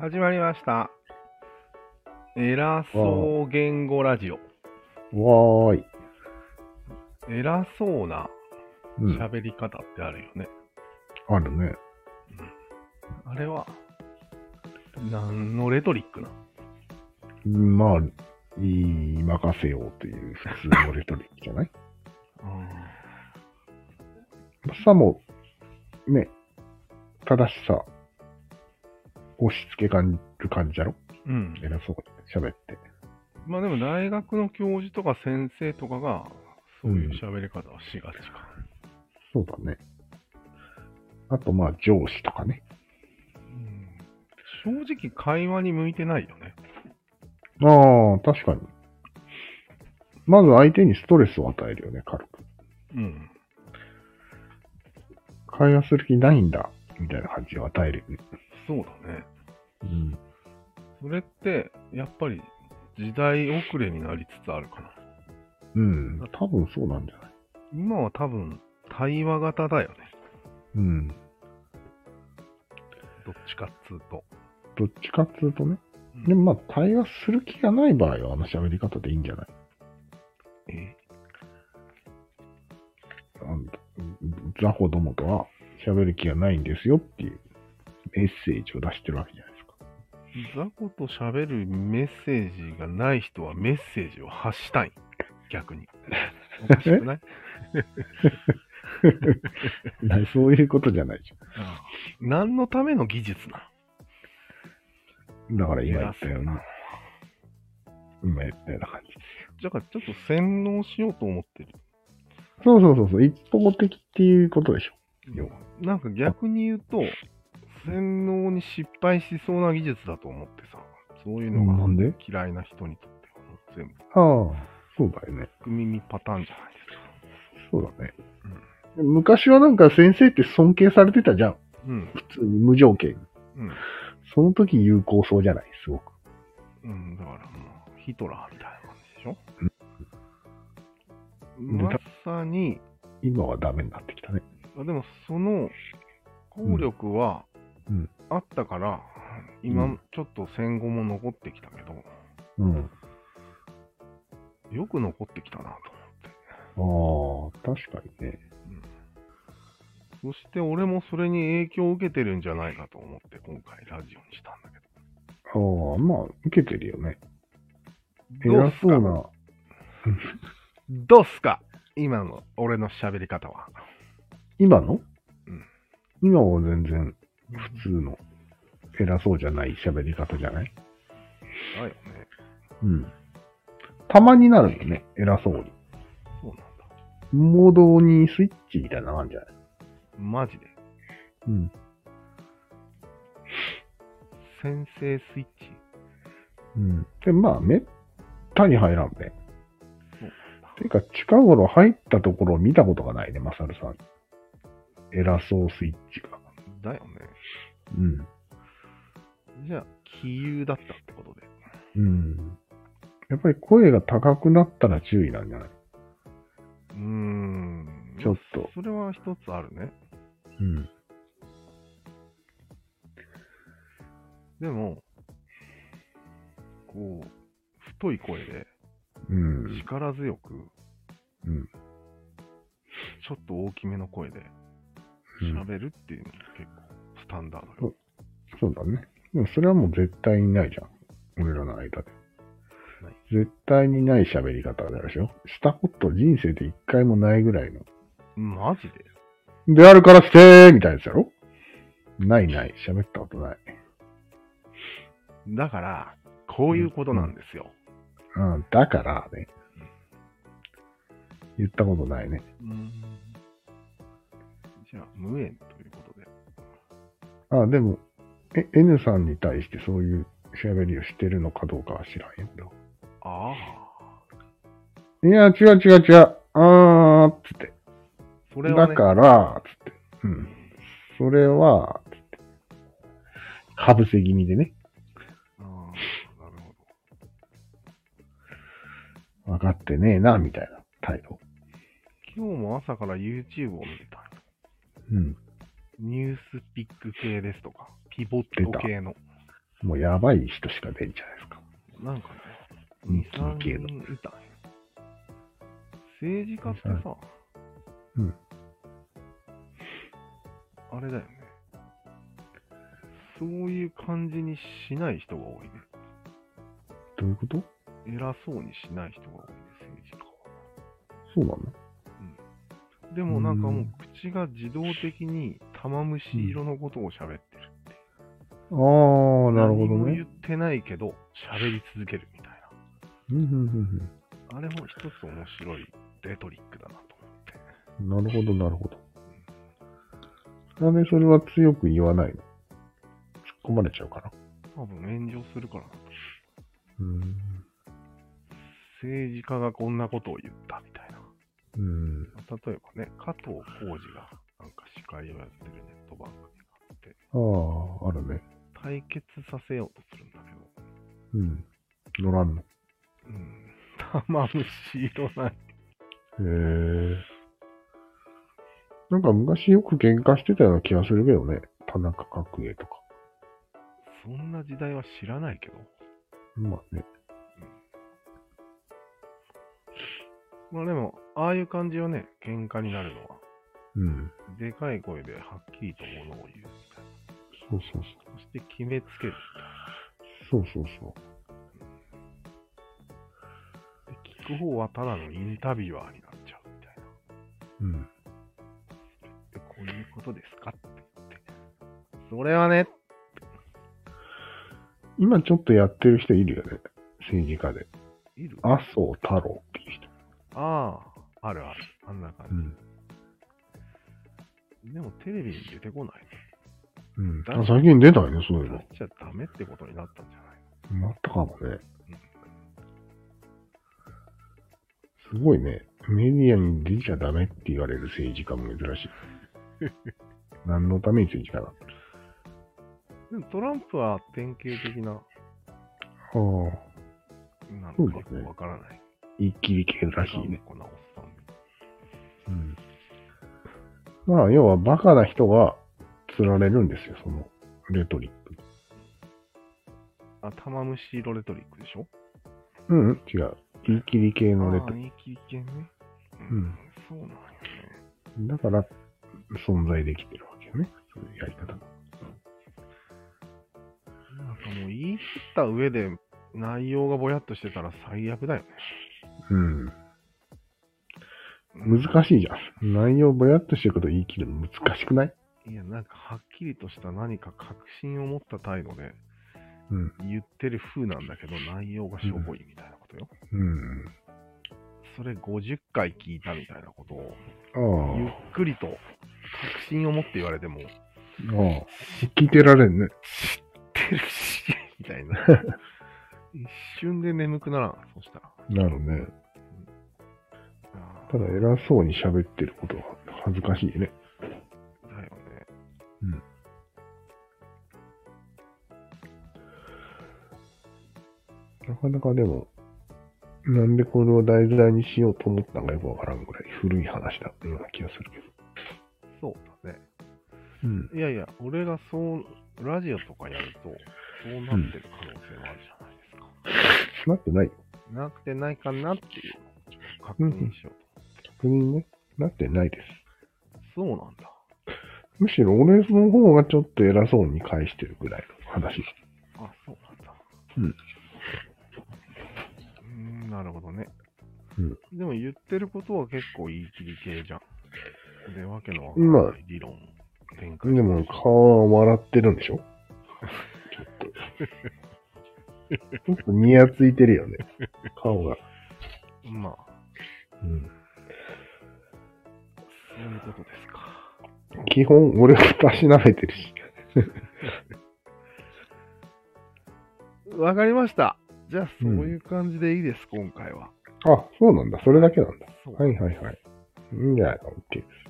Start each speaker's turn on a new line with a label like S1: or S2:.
S1: 始まりました。偉そう言語ラジオ。
S2: わーい。
S1: 偉そうな
S2: うん。
S1: 喋り方ってあるよね。
S2: あるね。
S1: あれは、何のレトリックな
S2: まあ、いい、任せようという普通のレトリックじゃない さも、ね、正しさ、押し付け感じる感じだろ
S1: うん。うん。
S2: 偉そうに喋って。
S1: まあでも大学の教授とか先生とかが、そういう喋り方をしがちか。
S2: そうだね。あと、まあ、上司とかね。
S1: うん正直会話に向いてないよね。
S2: ああ、確かに。まず相手にストレスを与えるよね、軽く。
S1: うん。
S2: 会話する気ないんだ、みたいな感じを与えるよね。
S1: そうだね。
S2: うん。
S1: それって、やっぱり時代遅れになりつつあるかな。
S2: うん。多分そうなんじゃない
S1: 今は多分対話型だよね。
S2: うん。
S1: どっちかっつうと。
S2: どっちかっつうとね。
S1: うん
S2: でもまあ、対話する気がない場合は、あの喋り方でいいんじゃない
S1: え
S2: あのザホどもとは喋る気がないんですよっていうメッセージを出してるわけじゃないですか。
S1: 雑魚と喋るメッセージがない人はメッセージを発したい。逆 に。おかしくない
S2: ない そういうことじゃないじ
S1: ああ何のための技術な
S2: ゃん。だから今言ったような、今言ったような感じ。
S1: のだからちょっと洗脳しようと思ってる。
S2: そうそうそうそう、一方的っていうことでしょ。要は
S1: なんか逆に言うと、洗脳に失敗しそうな技術だと思ってさ、そういうのが
S2: なんで
S1: 嫌いな人にとってはもう全部、
S2: ああ、そうだよね。
S1: 含耳パターンじゃないですか。
S2: そうだね。昔はなんか先生って尊敬されてたじゃん。
S1: うん、
S2: 普通に無条件。
S1: うん、
S2: その時有効そうじゃないすごく。
S1: うん、だからもう、ヒトラーみたいな感じでしょ
S2: ん
S1: まさに、
S2: 今はダメになってきたね。
S1: あでもその効力は
S2: うん
S1: あったから、今、
S2: うん
S1: ちょっと戦後も残ってきたけど、
S2: うん。
S1: よく残ってきたなと思って。
S2: ああ、確かにね。
S1: そして俺もそれに影響を受けてるんじゃないかと思って今回ラジオにしたんだけ
S2: ああ、まあ、受けてるよね。
S1: ど。どう
S2: 偉
S1: っす
S2: そう
S1: か
S2: な。
S1: どうっすか今の俺の喋り方は。
S2: 今の、
S1: うん
S2: 今は全然普通の偉そうじゃない喋り方じゃない
S1: だよね。
S2: うん。たまになるよね、偉そうに。
S1: そうなんだ。
S2: モードにスイッチみたいなのあるんじゃない
S1: マジで。
S2: うん。
S1: 先生スイッチ。
S2: うん。で、まあ、めったに入らんね。
S1: そうなんだ
S2: ていうか、近頃入ったところを見たことがないね、マサルさん。偉そうスイッチが。
S1: だよね。
S2: うん。
S1: じゃあ、気有だったってことで。
S2: うん。やっぱり声が高くなったら注意なんじゃないう
S1: ーん。
S2: ちょっと
S1: それは一つあるね。
S2: うん。
S1: でも、こう、太い声で
S2: うん。
S1: 力強く、
S2: うん
S1: ちょっと大きめの声で
S2: うん
S1: 喋るっていうのが結構スタンダードよ。
S2: そうだね。でもそれはもう絶対にないじゃん。俺らの間で
S1: ない。
S2: 絶対にない喋り方であるでしょしたこと人生で一回もないぐらいの。
S1: マジで
S2: であるからしてーみたいなやつやろないない。喋ったことない。
S1: だから、こういうことなんですよ。
S2: うん。だからね。言ったことないね。
S1: うんじゃあ、無縁ということで。
S2: あ、でも、え、N さんに対してそういう喋りをしてるのかどうかは知らんよ。俺は
S1: ああ、
S2: いや、違う違う違う。あー、つって。
S1: それは、
S2: だ
S1: ね、
S2: から、つって。うん。それは、つって。かぶせ気味でね。
S1: ああなるほど。
S2: 分かってねえな、みたいな態度。
S1: 今日も朝から YouTube を見てたんよ
S2: うん。
S1: ニュースピック系ですとか、ピボット系の。
S2: もうやばい人しか出んじゃないですか。
S1: なんかね、
S2: うん
S1: 2、3
S2: 系の
S1: 人いたんよ。政治家ってさ、
S2: うん。
S1: あれだよね。そういう感じにしない人が多いね。
S2: どういうこと
S1: 偉そうにしない人が多いね、政治家は。
S2: そうなの
S1: でもなんかも
S2: う
S1: うん口が自動的に玉虫色のことを喋ってるって。
S2: ああ、なるほ
S1: 何
S2: ど
S1: も
S2: ね
S1: 言。ってないけど、喋り続けるみたい
S2: うんうん
S1: な。あれも一つ面白いレトリックだなと思って。
S2: うんうん。なるほど、なるほど。なんでそれは強く言わないの突っ込まれちゃうかな。
S1: 多分炎上するからな。
S2: うーん。
S1: 政治家がこんなことを言ったみたいな。
S2: うん。
S1: 例えばね、加藤浩次がなんか司会をやってるネット番組があって、
S2: ああ、あるね。
S1: 対決させようとするんだけど、
S2: うん。乗らんの。へ
S1: うん、玉虫色ない。
S2: え。なんか昔よく喧嘩してたような気がするけどね。田中角栄とか。
S1: そんな時代は知らないけど、
S2: まあね。
S1: まあでも、ああいう感じはね、喧嘩になるのは、
S2: うん。
S1: でかい声ではっきりと物を言うみたい
S2: そうそう
S1: な。そして決めつける。
S2: そう。そうそうそう。
S1: で聞く方はただのインタビュアーになっちゃうみたいな。
S2: うん。
S1: で、こういうことですかって言って。それはね、
S2: 今ちょっとやってる人いるよね。政治家で。
S1: いる
S2: 麻生太郎っていう人。
S1: ああ、あるある。あんな感じ。
S2: ん。
S1: でもテレビに出てこない。
S2: うん。あ最近出ないね、そういう
S1: な
S2: の
S1: っ。ちゃダメってことになったんじゃない
S2: なったかもね。すごいね。メディアに出ちゃダメって言われる政治家も珍しい。 何のために政治家なの
S1: でもトランプは典型的な、
S2: はあ。
S1: なん
S2: そうだ
S1: か
S2: ね
S1: よくわからない。
S2: 一気に系らしいね。
S1: こんなおっさんみたい
S2: うん。まあ、要はバカな人が釣られるんですよ、そのレトリック。
S1: な。あ、玉虫色レトリックでしょ
S2: うん、うん、違う。言い切り系のレト
S1: ああ、
S2: リッ
S1: いい経験ね。
S2: うん。
S1: そうなんよね。
S2: ク。だから、存在できてるわけよね。そういうやり方が。
S1: なんかもう言い切った上で内容がぼやっとしてたら最悪だよね。
S2: うん。
S1: うん
S2: 難しいじゃん。内容ぼやっとしてること言い切るの難しくない
S1: いや、なんかはっきりとした何か確信を持った態度で
S2: うん。
S1: 言ってる風なんだけど内容がしょぼいみたいなことよ。
S2: うん。
S1: それ50回聞いたみたいなことをゆっ
S2: あ
S1: くりと確信を持って言われても、知っ
S2: あ。ああ。聞いてられんね。
S1: てるし、みたい な。一瞬で眠くならん、そしたら。
S2: なるね。
S1: あー
S2: ただ偉そうに喋ってることは恥ずかしいね。
S1: だよね。
S2: うん。なかなかでも、なんでこれを題材にしようと思ったのかよくわからんぐらい古い話だったような気がするけど。
S1: そうだね。
S2: うん。
S1: いやいや、俺がそう、ラジオとかやると、そうなってる可能性もあるじゃないですか。
S2: なってないよ。
S1: なってないかなっていうのをちょっと確認しよ
S2: 確認ね。なってないです。
S1: うと。そうなんだ。
S2: むしろ俺の方がちょっと偉そうに返してるぐらいの話。
S1: あ、そうなんだ。
S2: うん
S1: うーん。なるほどね。
S2: うん
S1: でも言ってることは結構言い切り系じゃん。で、わけのわか
S2: ま
S1: ら
S2: あ
S1: ない理論展開。
S2: でも顔は笑ってるんでしょちょ っと。ちょっとニヤついてるよね。顔が。
S1: まあ、
S2: うん、
S1: そういうことですか。
S2: 基本俺はたしなめてるし。
S1: わかりました。じゃあ、そう
S2: うん
S1: いう感じでいいです、今回は。
S2: あ、そうなんだ。それだけなんだ。
S1: そう
S2: はいはいはい。いいんじゃないか。OK です。